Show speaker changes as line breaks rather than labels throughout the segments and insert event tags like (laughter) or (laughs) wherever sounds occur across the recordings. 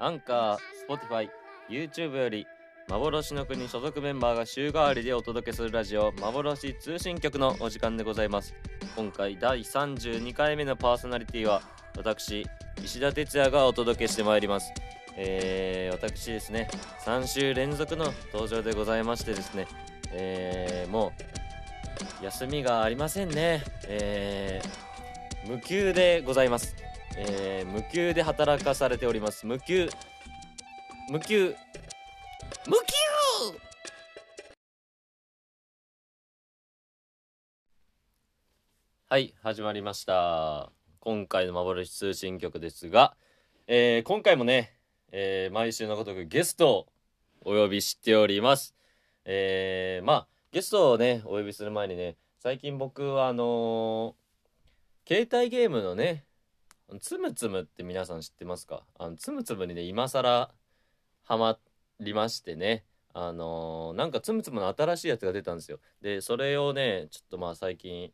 アンカー、Spotify、YouTube より幻の国所属メンバーが週替わりでお届けするラジオ幻通信局のお時間でございます今回第32回目のパーソナリティは私石田哲也がお届けしてまいりますえー、私ですね3週連続の登場でございましてですねえー、もう休みがありませんねえー、無給でございますえー、無給で働かされております無給無給無給はい始まりました今回の幻通信局ですが、えー、今回もね、えー、毎週のごとくゲストをお呼びしておりますえー、まあゲストをねお呼びする前にね最近僕はあのー携帯ゲームのねつむつむって皆さん知ってますかあのつむつむにね今更ハマりましてねあのーなんかつむつむの新しいやつが出たんですよでそれをねちょっとまあ最近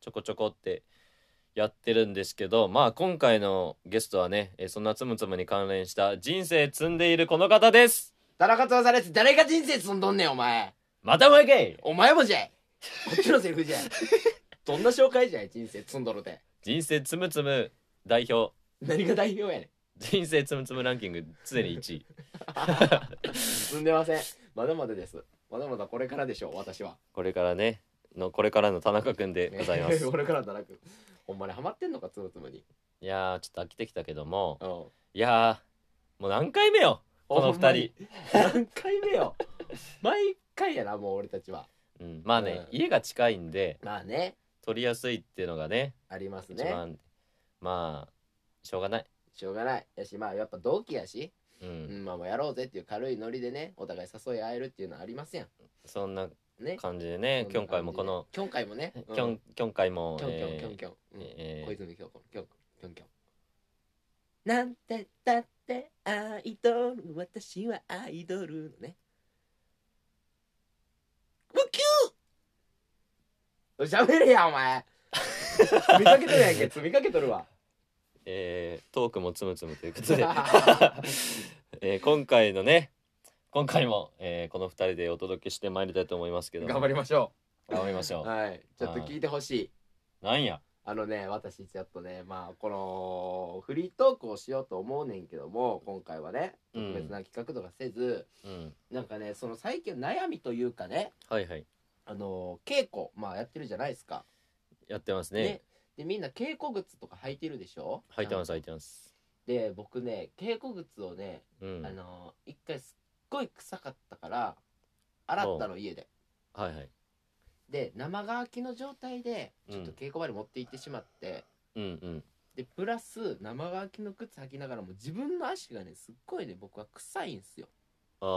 ちょこちょこってやってるんですけどまあ今回のゲストはね、えーそんなつむつむに関連した人生積んでいるこの方です
田中翼です。誰が人生つんどんねん、お前。
またお前かい
お前もじゃい。こっちのセリフじ
(laughs)
ゃい。どんな紹介じゃい、人生つんどるて。
人生つむつむ代表
何が代表やねん。
人生つむつむランキング常に1位
積んでません。まだまだです。まだまだこれからでしょう、私は。
これからねのこれからの田中君でございま
(laughs)
す
これからだなく。ほんまにハマってんのか、つむつむに。
いやーちょっと飽きてきたけども
うん。
いやーもう何回目よこの
ほんま
2
に。何回目よ。毎回やな、もう俺たちは。
人、うん、まあね、
うん
家が近いんで
まあね、
撮りやすいっていうのがね
あります
一
ね。
番、まあしょうがない、
しょうがない。やし、まあやっぱ同期やし、
うん
うん、まあもうやろうぜっていう軽いノリでね、お互い誘い合えるっていうのはありますや。
そんなん
ね。
感じでね今回もこの
今回もね
今日今回も
キョンキョンキョン
え
キョンうん
えー
小泉今日子のキョンキョンキョンなんてだってアイドル私はアイドルのねウキューしゃべれやお (laughs) 前積みかけとるやんけ積みかけとるわ
ーえートークもつむつむという
(laughs)
ことで、 (laughs) えー今回のね今回も、えーこの2人でお届けしてまいりたいと思いますけど
頑張りましょ
頑張りましょ
う
う、
はいちょっと聞いてほしい
なんや
あのね私ちょっとねまあこのフリートークをしようと思うねんけども今回はね
う
特別
ん、
な企画とかせず、
うん、
なんかねその最近の悩みというかね
はいはい
あの稽古まあやってるじゃないですか。
やってますね
ね、でみんな稽古靴とか履いてるでしょ
履いてます
なん
履い
か
てます
で僕ね稽古靴をね、
うん
あの一回すっごい臭かったから洗ったの家で。
はいはい
で生乾きの状態でちょっと
うん
稽古場に持って行ってしまって、
うんうん
でプラス生乾きの靴履きながらも自分の足がねすっごいね僕は臭いんすよ。
あ
う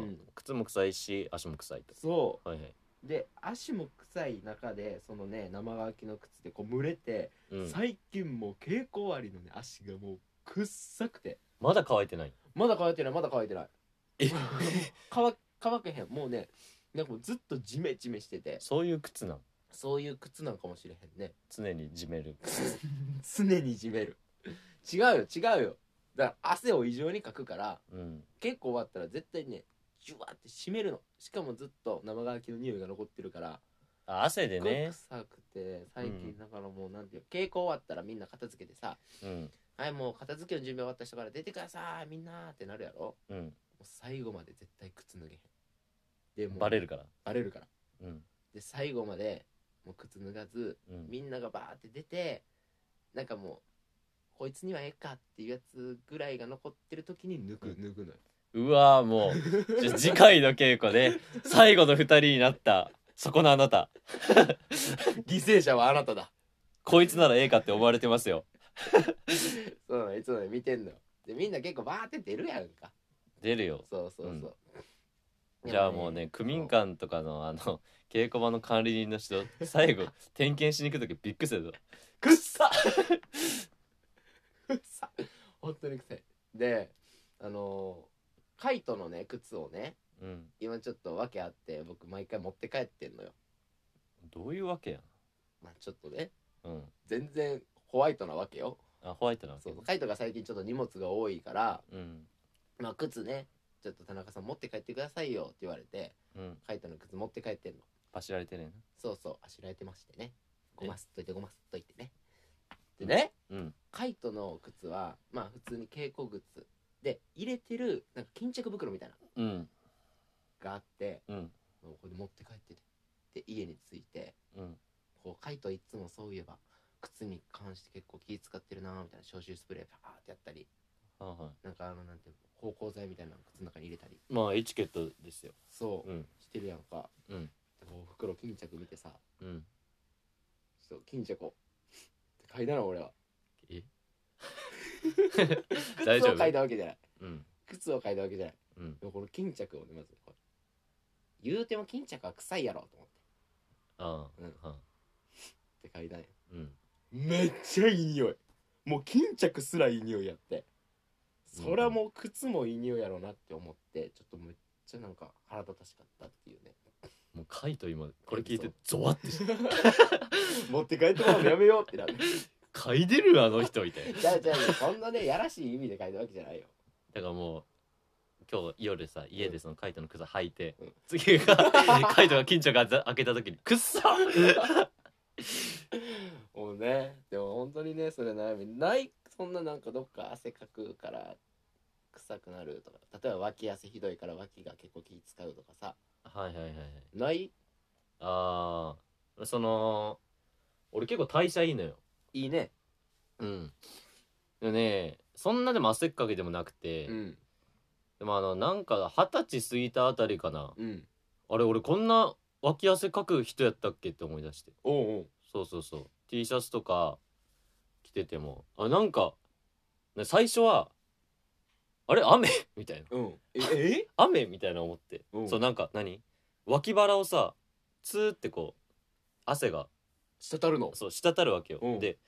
ー、
ん、
靴も臭いし足も臭いと
そう
はいはい
で足も臭い中でそのね生乾きの靴でこう蒸れて、
うん、
最近もう蛍光ありのね足がもうくっさくて
まだ乾いてない
まだ乾いてないまだ乾いてない
え
(laughs) 乾乾けへんもうねなんかもうずっとジメジメしてて
そういう靴なん
そういう靴なんかもしれへんね
常にじめる
常にじめる違うよ違うよだから汗を異常にかくから
うん
結構終わったら絶対ねジュワって締めるのしかもずっと生乾きの匂いが残ってるから
あ汗です
っごい
ね
臭くて最
う
近
ん
だからもうなんていう稽古終わったらみんな片付けてさ
うん
「はいもう片付けの準備終わった人から出てくださいみんな」ってなるやろも
うん
う最後まで絶対靴脱げへんでもう
バレるから
バレるから
うん
で最後までもう靴脱がず
うん
みんながバーって出てなんかもうこいつにはええかっていうやつぐらいが残ってる時に抜く脱ぐのよ
うわーもうじゃ次回の稽古で最後の二人になったそこのあなた
犠牲者はあなただ
こいつならええかって思われてますよ
そうなのいつもね見てんのよでみんな結構バーって出るやんか
出るよ
そうそうそう、
じゃあもうね区民館とかのあの (laughs) 稽古場の管理人の人最
(laughs)
後点検しに行く時びっくりするぞ
くっさくっさ本当にくさいであのーカイトのね靴をね
うん
今ちょっと訳あって僕毎回持って帰ってんのよ
どういうわけや
まあちょっとね
うん
全然ホワイトなわけよ
あホワイトなわけ
そうカイトが最近ちょっと荷物が多いから、
うん
まあ、靴ねちょっと田中さん持って帰ってくださいよって言われて
うん
カイトの靴持って帰ってんの
パシられてね
そうそうあしらえてましてね
え
ごますっといてごますっといてねでね
えなうん
カイトの靴はまあ普通に稽古靴で入れてるなんか巾着袋みたいなの
うん
があって
うん
これ持って帰っててで家に着いて
うん
こうカイトいつもそういえば靴に関して結構気使ってるなーみたいな消臭スプレーパーってやったり
はいは
なんかあのなんていうの芳香剤みたいなの靴の中に入れたり
いまあエチケットですよ
そう、
うん
してるやんか
うん
でお袋巾着見てさ
うん
ちょっと巾着をって嗅いだの俺は
え大丈夫
靴を嗅いだわけじゃない
うん
靴を嗅いだわけじゃない
うん
でもこの巾着をねまずこう言うても巾着は臭いやろと思っ
ああ
うん
は
てって嗅いだんや
うん
めっちゃいい匂いもう巾着すらいい匂いやってそりゃもう靴もいい匂いやろうなって思ってちょっとむっちゃなんか腹立たしかったっていうね
もうカイト今これ聞いてゾワってして (laughs)
持って帰ってもらうのやめようってなる
嗅いでるあの人みたいな
じゃあじゃあそんなねやらしい意味で書いたわけじゃないよ
だからもう今日夜さ家でそのカイトの靴履いて、
うん
次が (laughs) カイトが緊張がざ開けた時に「くっそ!」
(laughs) もうねでも本当にねそれ悩みないそんななんかどっか汗かくから臭くなるとか例えば脇汗ひどいから脇が結構気使うとかさ
はいはいはいはい
ない
ああその俺結構代謝いいのよ
いいね
うんでもねそんなでも汗っかけでもなくて、
うん
でもあのなんか二十歳過ぎたあたりかな
うん
あれ俺こんな脇汗かく人やったっけって思い出して
おうおう
そうそうそう T シャツとか着ててもあなんかね最初はあれ雨 (laughs) みたいな
うんええ
雨みたいな思って、
うん
そうなんか何脇腹をさツーってこう汗が
滴るの
そう滴るわけよ、
うん
で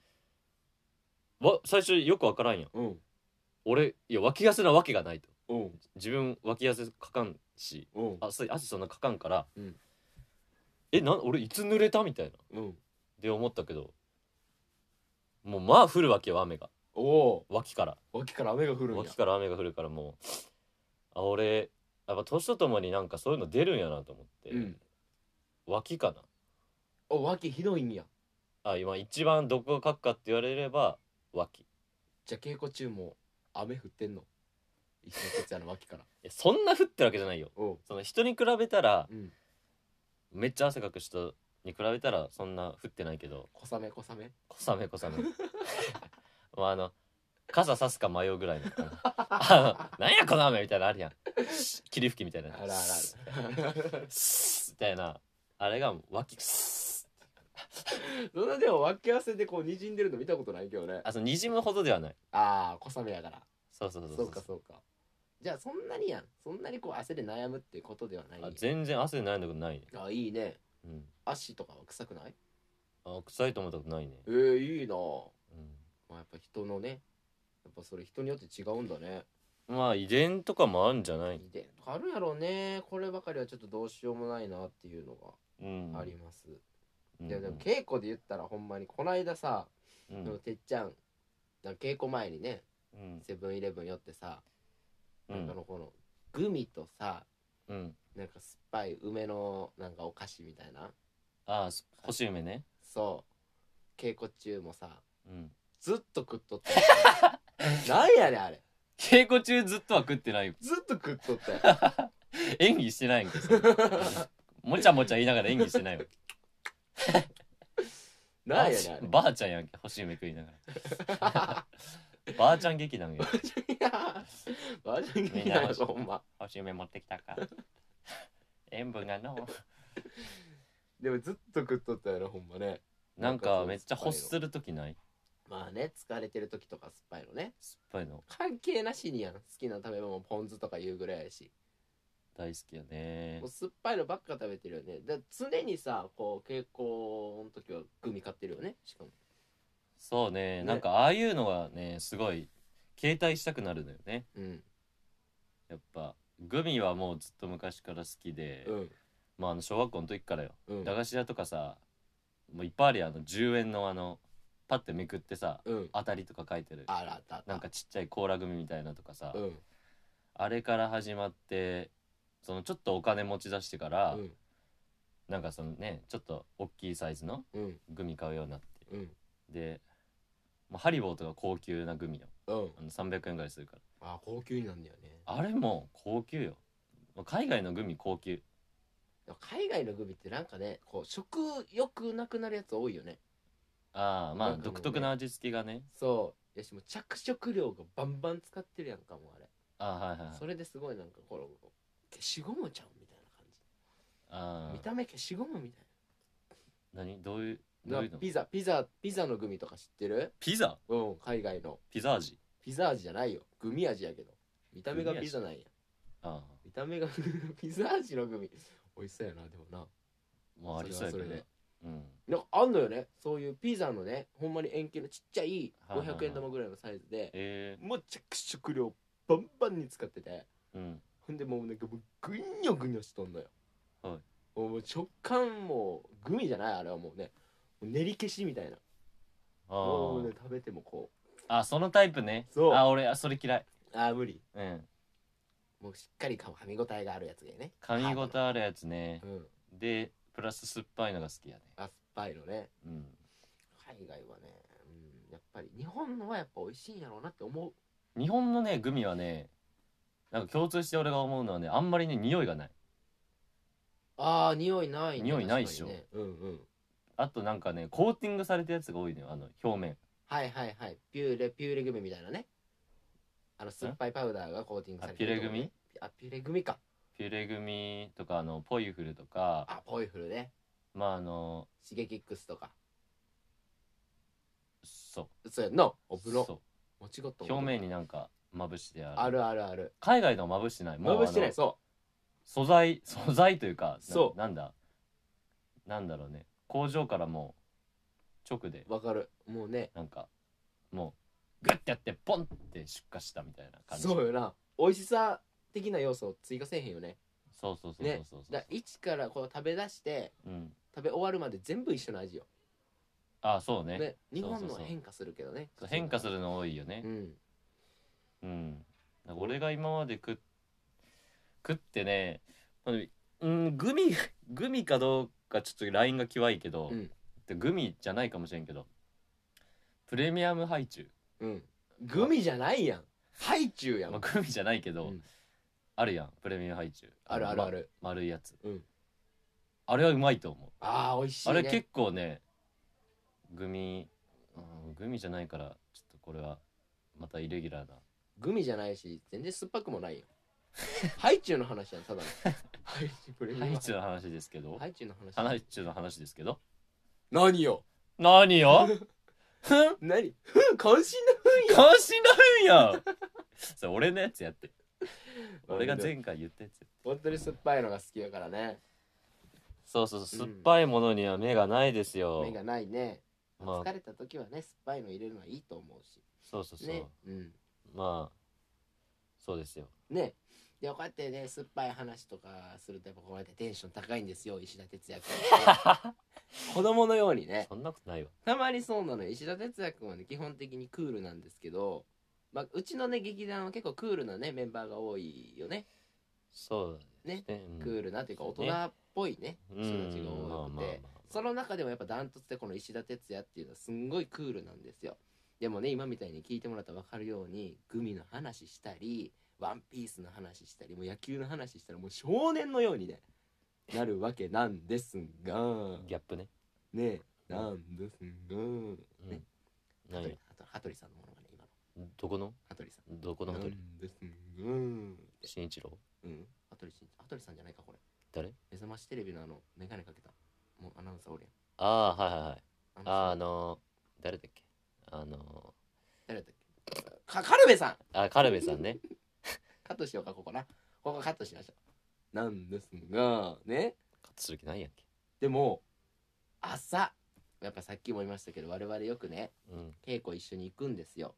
わ最初よくわからんやん
うん
俺いや脇汗なわけがないと
うん
自分脇汗かかんし
うん
汗汗そんなかかんから、
うん
えなん俺いつ濡れたみたいな
うん
で思ったけどもうまあ降るわけよ雨が
おお
脇から
脇から雨が降るんや
脇から雨が降るからもうあ俺やっぱ年とともになんかそういうの出るんやなと思って、
うん
脇かな
お脇ひどいんや
あ今一番どこが書くかって言われれば脇
じゃあ稽古中も雨降ってんの一緒に徹夜の脇から
えそんな降ってるわけじゃないよ
おう
その人に比べたら
うん
めっちゃ汗かく人に比べたらそんな降ってないけど
小雨小 (laughs) 雨
小雨小雨まああの傘さすか迷うぐらいのあ
(laughs)
のなんやこの雨みたいなのあるやん霧吹きみたいな
あらあらあら
スッみたいなあれが脇スッ
そんなでも脇汗でこう滲んでるの見たことないけどね
あそのにじむほどではない
ああ小雨やから
そうそうそう
そうかそうかじゃあそんなにやんそんなにこう汗で悩むっていうことではない
あ全然汗で悩んだことないね、
あいいね
うん、
足とかは臭くない
あ臭いと思ったことないね
え、ー、いい
う
なまあやっぱ人のねやっぱそれ人によって違うんだね
ん、まあ遺伝とかもあるんじゃない
遺伝とかあるんやろうねこればかりはちょっとどうしようもないなっていうの
うん
があります、
うん
いやでも稽古で言ったらほんまにこないださ、
う
でも
ん
てっちゃんなんか稽古前にね
うん
セブンイレブン寄ってさ、
う
なんか
ん
のこのグミとさ
うん
なんか酸っぱい梅のなんかお菓子みたいな
あす星梅ね
そう稽古中もさ
うん
ずっと食っとったなんやねんあれ
稽古中ずっとは食ってないよ
ずっと食っとったよ
演技してないんけどさ (laughs) もちゃもちゃ言いながら演技してないよ
なんやねんあれ
ばあちゃんやんけ星梅食いながらばあちゃん劇団やん
(laughs) いやマジで嫌やほんま
星梅持ってきたか (laughs) 塩分がの
でもずっと食っとったよなほんまね
なんかめっちゃ欲する時ない
まあね疲れてる時とか酸っぱいのね
酸っぱいの
関係なしにやん好きな食べ物ポン酢とか言うぐらいやし
大好きやね
もう酸っぱいのばっか食べてるよねだから常にさこう傾向の時はグミ買ってるよねしかも
そうね
ね
なんかああいうのがねすごい携帯したくなるのよね
うん
やっぱグミはもうずっと昔から好きで、
うん
まああの小学校の時からよ、
うん
駄菓子屋とかさもういっぱいあるやんあの10円のあのパッてめくってさ
うん
当たりとか書いてる
あらあったあった
なんかちっちゃい甲羅組みたいなとかさ、
うん
あれから始まってそのちょっとお金持ち出してから、
うん
なんかそのねちょっと大きいサイズの
うん
グミ買うようになって
うん
でもうハリボーとか高級なグミよ
うん
あの300円ぐらいするから
あ高級になんだよね
あれも高級よもう海外のグミ高級
でも海外のグミってなんかねこう食欲なくなるやつ多いよね
ああま
な
あ
んかもうね
独特な味付けがね
そうやしもう着色料がバンバン使ってるやんかもうあれ
ああはいはいはい
それですごいなんかこの消しゴムちゃうみたいな感じ、
あ
見
あ
た目消しゴムみたい
何どういうど
な
ういうの
ピザピザピザのグミとか知ってる
ピザ
うん海外の
ピザ味
ピザ味じゃないよグミ味やけど見た目がピザなんや
ああ
見た目が (laughs) ピザ味のグミ美味しそうやなでもな
もうありそうやけど
それは
ねうん
なんかあんのよねそういうピザのねほんまに円形のちっちゃい
はいはいはい
500円玉ぐらいのサイズで
え
もう着色料バンバンに使ってて
えうん
ほんでもうなんかもうぐにょぐにょしとんのよ
はい
もう食感もうグミじゃないあれはもうねもう練り消しみたいな
あ
もう
ー
ね食べてもこ
あそのタイプね
そう
あ俺あそれ嫌いう
ああ無理
うん
もうしっかり噛む噛み応えがあるやつがいいね
噛み応えあるやつね
うん
でプラス酸っぱいのが好きやね
あ酸っぱいのね
うん
海外はね、うん、やっぱり日本のはやっぱ美味しいんやろうなって思う
日本のねグミはねなんか共通して俺が思うのはねあんまりね匂いがない
ああ匂いないね
匂いないっしょ
確かにね、うんうん
あとなんかねコーティングされたやつが多いのよあの表面
はいはいはいピューレピューレグミみたいなねあの酸っぱいパウダーがコーティング
あ
され
ピ
て
ュレグミ
あピュレグミか
ピュレグミとかあのポイフルとか
あポイフルね
まああの
シゲキックスとか
そ
そうやんな
う
お風呂
そ
間違った
う表面になんかまぶしてある
あるあるある
海外のはまぶしてないも
ま
う
ぶしてな
あ
い
の
そ
素材素材というかな
そう
なんだなんだろうね工場からもう直で
うわかるもうね
なんかもうグッてやってポンって出荷したみたいな感じ
そうよな美味しさ的な要素を追加せえへんよね
そうそうそうそう
ね
そうそう、
だから一からこう食べ出して
うん
食べ終わるまで全部一緒の味よ、
あそうね
ね、日
そうそうそう
本のは変化するけどね
そう変化するの多いよね
うん
うん、なんか俺が今まで食っ食ってね、まあうん、グミ (laughs) グミかどうかちょっとラインがきわいけど、
うん
でグミじゃないかもしれんけどプレミアムハイチュ
うんグミじゃないやんハイチュウや
ウ、
ん、
まあ、グミじゃないけど、
うん
あるやんプレミアムハイチュウ
あるあるあ
の
る、
ま丸いやつ、
うん
あれはうまいと思う
ああ美味しい、
あ
ね、
れ結構ねグミ、うん、グミじゃないからちょっとこれはまたイレギュラーな
グミじゃないし全然酸っぱくもないよハイチュウの話やんただのハイチュウプレミア
ハ
ム
イチュウの話ですけど
ハイチュウの話
ハイチュウの話ですけど
何よ
何よふん
何ふん関心の
関心ない (laughs) んやそれ俺のやつやって俺が前回言ったやつやって
本当に酸っぱいのが好きだからね
そうそうそう酸っぱいものには目がないですよ、
目がないね、まあ
まあ
疲れた時はね酸っぱいの入れるのはいいと思うし
そうそうそう、
ねうん
まあそうですよ
ねでこうやってね酸っぱい話とかするとやっぱこうやってテンション高いんですよ石田哲也君 (laughs) 子供のようにね
そんなことないわ
たまにそうなのよ石田哲也君はね基本的にクールなんですけど、まあ、うちのね劇団は結構クールなねメンバーが多いよね、
そうだねうん
クールなというか
そうね
大人っぽいね
うん
人たちが多く
まあまあまあ
てその中でもやっぱダントツでこの石田哲也っていうのはすんごいクールなんですよでもね今みたいに聞いてもらったら分かるようにグミの話したりワンピースの話したりもう野球の話したらもう少年のようにねなるわけなんです
(laughs)
が
ギャップね、
ねなんですが。
うん
ね
何
羽鳥羽鳥さんのものがね今の
どこの
羽鳥さん
どこの
な
鳥
んですうん
新一郎
うん羽鳥慎一羽鳥さんじゃないかこれ
誰
目覚ましテレビのあの眼鏡かけたもうアナウンサーおる
ああはいはいはい
やん
あーあ
の人
のー誰だっけあの
誰だっけかカルベさん
ーあカルベさんね
カットしようかここなここカットしましょうなんですがね
カットする気ないやんけ
でも朝やっぱさっきも言いましたけど我々よくね
うん
稽古一緒に行くんですよ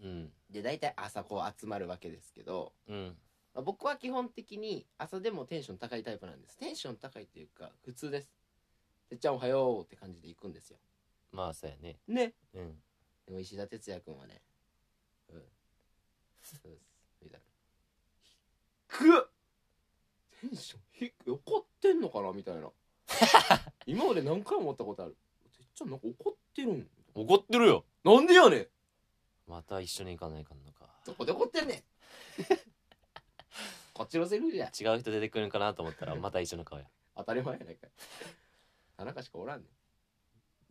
うん
で大体朝こう集まるわけですけど
うん
まあ僕は基本的に朝でもテンション高いタイプなんですテンション高いっていうか普通ですてっちゃんおはようって感じで行くんですよ
まあそうやね
ね
うん
でも石田哲也君はねうんそうですみたいな低っテンション低っ怒ってんのかなみた (laughs) いな今まで何回も思ったことあるてっちゃんなんか怒ってるん
怒ってるよ
なんでやねん
また一緒に行かないかんのか
どこで怒ってんねん (laughs) こっちのセリフじゃ
違う人出てくるんかなと思った (laughs) らまた一緒の顔や
当たり前やないかい田中しかおらんねん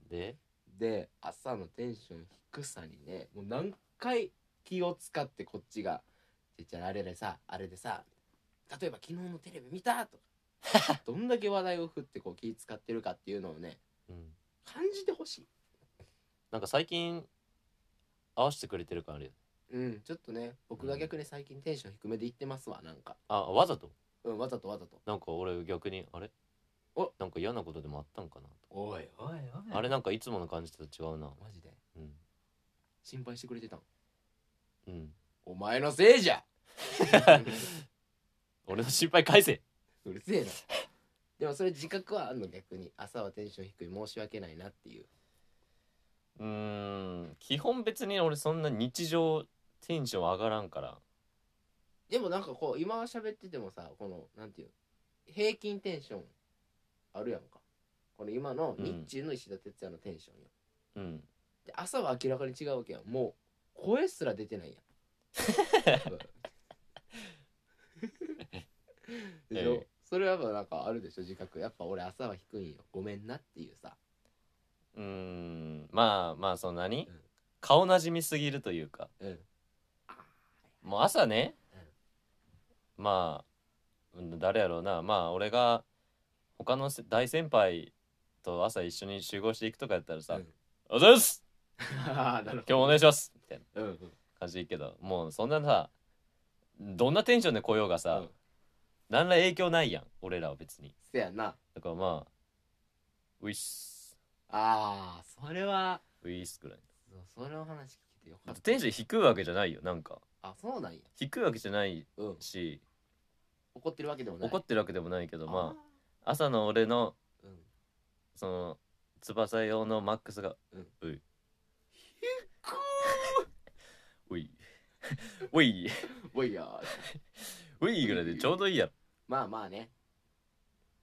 で
で朝のテンション低さにねもう何回気を使ってこっちが「てっちゃんあれでさあれでさ例えば昨日のテレビ見た?」と (laughs) かどんだけ話題を振ってこう気使ってるかっていうのをね
うん
感じてほしい
なんか最近合わせてくれてる感あるよ
うんちょっとね僕が逆に最近テンション低めでいってますわなんか
あわざと
うんわざとわざと
なんか俺逆にあれ
お
なんか嫌なことでもあったんかなと
おいおいおい
あれなんかいつもの感じと違うな
マジで
うん
心配してくれてたん
うん
お前のせいじ (laughs) ゃ
俺の心配返せ
うるせえなでもそれ自覚はあんの逆に朝はテンション低い申し訳ないなっていう
うーん基本別に俺そんな日常テンション上がらんから
でもなんかこう今喋っててもさこのなんていう平均テンションあるやんかこの今の
うん
日中の石田哲也のテンションよ、
うん
で朝は明らかに違うわけやんもう声すら出て
(laughs)
(laughs) ないやんうんでしょ、
ええ
それはやっぱなんかあるでしょ自覚やっぱ俺朝は低いんよごめんなっていうさ
うーんまあまあそんなに
うん
顔なじみすぎるというか
うん (laughs)
もう朝ねまあうん誰やろうなまあ俺が他のせ大先輩と朝一緒に集合していくとかやったらさ「
うん
おはようございます
あーなる
今
ほ
日もお
ど
願いします」みたいな
うんうん
感じでいいけどもうそんなさどんなテンションで来ようがさ、
うん
何ら影響ないやん俺らは別に
せやな
だからまあウィッス
ああそれは
ウィッスぐらい
そそれの話聞けてよかった
テンション低いわけじゃないよなんか
あそうなんや
低いわけじゃない
うん
し
怒ってるわけでもない
怒ってるわけでもないけどま
あ
あ朝の俺の
ーうん
その翼用のマックスが
うん
ういウいウい
おいやー
ウいぐらいでちょうどいいやろ
まあまあね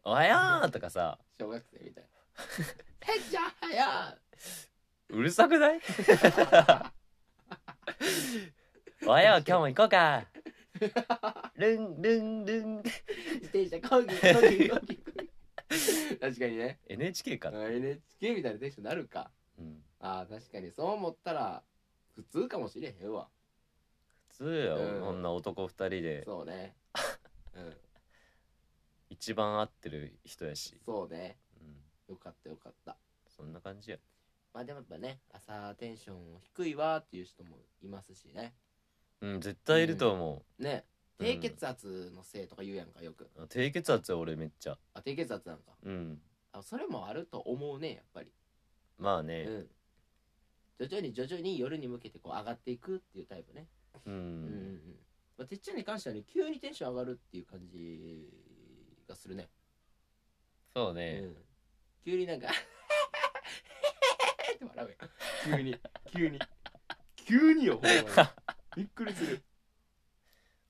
おはようとかさ
小学生みたい (laughs) なへっちゃん早
うるさく
(laughs)
ないおはよう今日も行こうかルンルンルン
い自転車こぎこぎこぎこぎ確かにね
NHK か、
NHK みたいなテンションなるか
うん、
あー確かにそう思ったら普通かもしれへんわ
普通よ、
うん
こんな男二人で
そうねうん
一番合ってる人やし、
そうね
うん、
よかったよかった
そんな感じや
まあでもやっぱね朝テンション低いわーっていう人もいますしね
うん絶対いると思
ね
うん
低血圧のせいとか言うやんかよく
う、低血圧よ俺めっちゃ
あ低血圧なんか
うん
あそれもあると思うねやっぱり
まあね
うん徐々に徐々に夜に向けてこう上がっていくっていうタイプね
うん、
うんうんうんまあ、てっちゃんに関してはね急にテンション上がるっていう感じがするね、
そう
う
ね、
ん、急になんか (laughs) って笑うやん急に急に急によほんまにびっくりする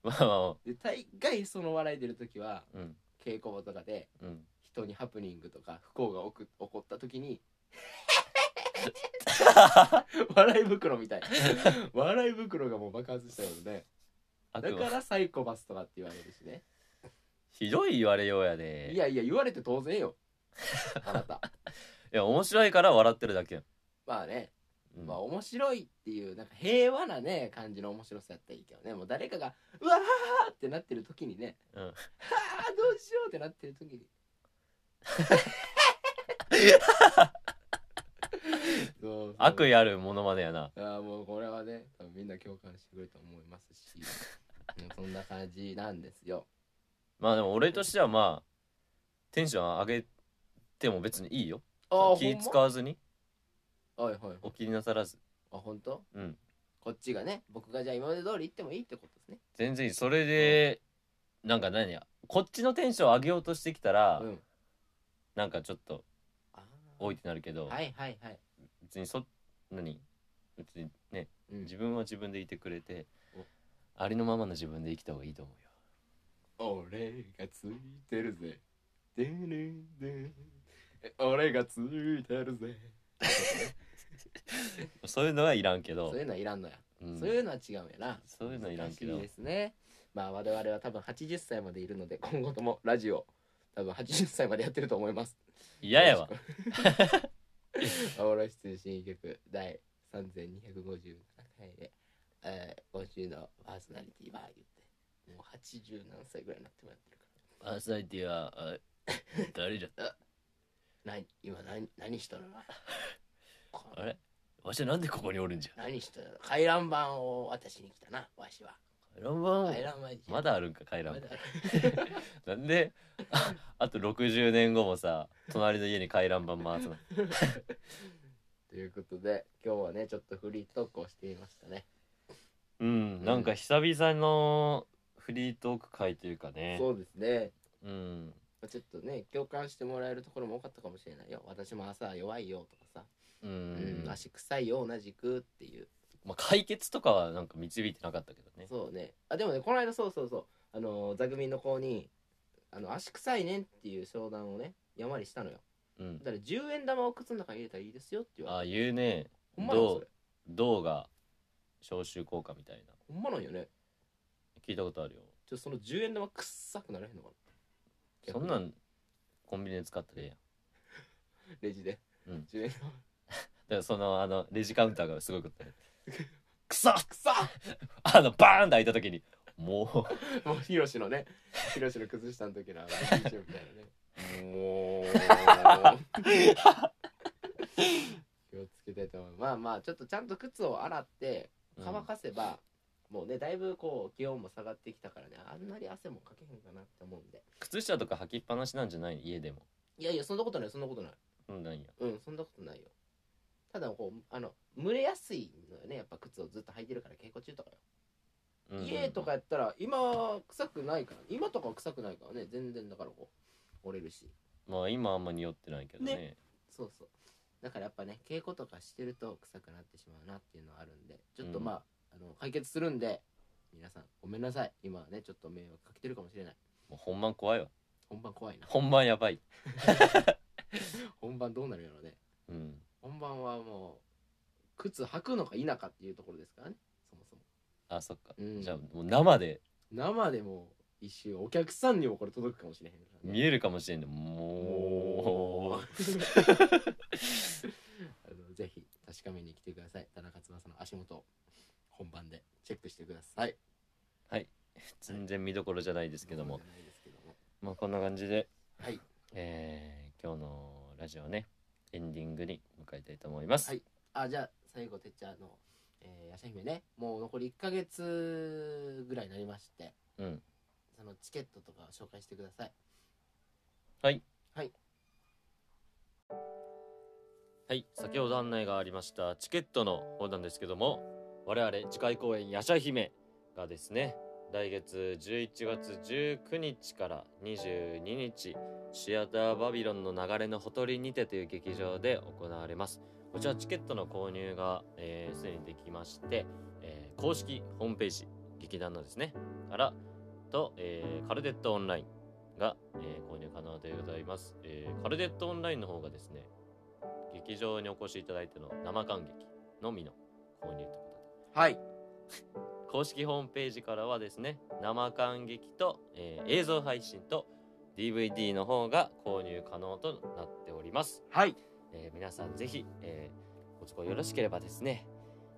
まあまあ
で大概その笑い出る時は
うん
稽古場とかで
うん
人にハプニングとか不幸が起く起こった時
(laughs)
に笑い袋みたい笑い袋がもう爆発したよねだ
悪
か
魔
らサイコパスとかって言われるしね
ひどい言われようやで
いやいや言われて当然よあなた
いや面白いから笑ってるだけやん、
まあね、
(laughs) うん
まあ面白いっていうなんか平和なね感じの面白さやったらいいけどねもう誰かがうわーってなってる時にね、
うん
はあどうしようってなって
(laughs)
る時にそうそう
悪意あるものまでやな
ああもうこれはね多分みんな共感してくれると思いますしうんそんな感じなんですよ
まあでも俺としてはまあテンション上げても別にいいよ
ああ
気
ほん
使わずに
まはいはい
お気になさらず
あ本当
うん
こっちがね僕がじゃあ今まで通り行ってもいいってことですね
全然いいそれで、なんか何やこっちのテンション上げようとしてきたら、
うん
なんかちょっと
あー
多いってなるけど、
はいはいはい
別にそ何別にね
うん
自分は自分でいてくれて
お
ありのままの自分で生きた方がいいと思うよ
俺がついてるぜでねでね俺がついてるぜ
そういうのはいらんけど
そういうのはいらんのや、
うん
そういうのは違うんやな
そういうのいらんけど
難しいですねまあ我々は多分80歳までいるので今後ともラジオ多分80歳までやってると思います
嫌やわ
よろしく (laughs) おろし通信局第3257回で、えー、今週のパーソナリティは言ってもう80何歳ぐらいになってもらってるか
パーソナリティはあ (laughs) 誰じゃ
ら何今何何しとるのこ
(laughs) あれわしはなんでここにおるんじゃ
何しとるの回覧板を渡しに来たなわしは
回覧板
回覧板じゃん
まだあるんか回覧
ま
板
だ
なんでああと60年後もさ隣の家に回覧板回すの
ということで今日はねちょっとフリートークをしていましたね
うんなんか久々のフリートーク会というかね
そうですね
うん
まあちょっとね共感してもらえるところも多かったかもしれないよ私も朝弱いよとかさ
う
うん
ん、
足臭いよ同じくっていう
まあ、解決とかはなんか導いてなかったけどね
そうねあでもねこの間そうそうそうあのー座組の子にあの足臭いねんっていう商談をね山にしたのよ
うん
だから10円玉を靴の中に入れたらいいですよって言
あ
わ
あ
れて
言うね
ほんまなの
ど
そうれ
銅が消臭効果みたいな
ほんまなんよね
聞いたことあるよ
ちょその10円玉臭くならへんのかな
そん
逆
な
に
んコンビニで使ったらええやん
レジで、
うん
10円玉
だからそのあのレジカウンターがすごいことね
(laughs)
くそ
臭っ
あのバーンって開いた時にも
(laughs)
う
もうヒロシのね、ヒロシの崩したん時のあの YouTube みたいなね。もう。気をつけたいと思う。まあまあ、ちょっとちゃんと靴を洗って
うん
乾かせば、もうね、だいぶこう気温も下がってきたからね、あんまり汗もかけへんかなって思うんで。
靴下とか履きっぱなしなんじゃない家でも
いやいや、そんなことない、そんなことない。
うんなんや
うん、そんなことないよ。ただこう、あの、蒸れやすいのよね、やっぱ靴をずっと履いてるから、稽古中とかよ。
うん
家とかやったら、今、臭くないから、今とかは臭くないからね、全然だからこう、折れるし。
まあ今あんま匂ってないけどね
そうそうだからやっぱね稽古とかしてると臭くなってしまうなっていうのはあるんでちょっと
うん
まあ,、あの解決するんで皆さんごめんなさい今はねちょっと迷惑かけてるかもしれない
もう本番怖いわ
本番怖いな
本番やばい
本番どうなるんやろうね
うん
本番はもう靴履くのか否かっていうところですからねそもそも
あそっか、
うん
じゃあもう生で
生でもう一周お客さんにもこれ届くかもしれへんから、
見
ね、
えるかもしれんね (laughs) も
あのぜひ確かめに来てください田中翼の足元を本番でチェックしてくださいう
全然見どころじゃないですけども、
じゃないですけども
まあこんな感じで、
はい
えー今日のラジオねエンディングに向かいたいと思います、
はいあじゃあ最後てっちゃんあの、えー、ヤシャ姫ねもう残り1ヶ月ぐらいになりまして
うん
そのチケットとかを紹介してください
はい、先ほど案内がありましたチケットの方なんですけども我々次回公演「夜叉姫」がですね来月11月19日から22日シアターバビロンの流れのほとりにてという劇場で行われますこちらチケットの購入がすで、えー既にできまして、えー公式ホームページ劇団のですねからと、えーカルデットオンラインが、えー購入可能でございます、えーカルデットオンラインの方がですね劇場にお越しいただいての生観劇のみの購入ということで
はい
公式ホームページからはですね生観劇と、えー映像配信と DVD の方が購入可能となっております、
はい
えー皆さんぜひ、えーご都合よろしければですね、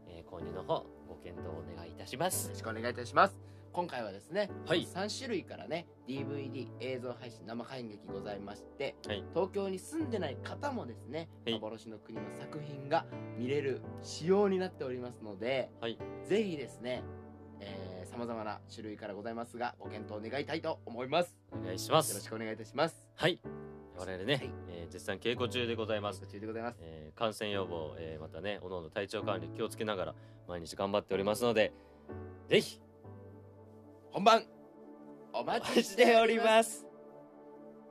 えー購入の方ご検討お願いいたしま
よ
す
ろしくお願いいたします今回はですね、
はい
3種類からね DVD 映像配信生演劇ございまして、
はい
東京に住んでない方もですね、
はい
幻の国の作品が見れる仕様になっておりますので、
はい
ぜひですねさまざまな種類からございますがご検討願いたいと思います
お願いしま
よろし
す
くお願いいたします
はい我々ね、
はい
えー絶賛稽古中でございます
途中でございます
えー感染予防、えーまたねおのの体調管理気をつけながら毎日頑張っておりますのでぜひ
本番お
お
待
待
ち
ちし
してて
お
お
り
りま
ますす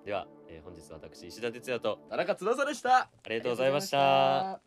では、えー本日私石田哲也と
田中翼でしたあ
あり
り
がとうございました。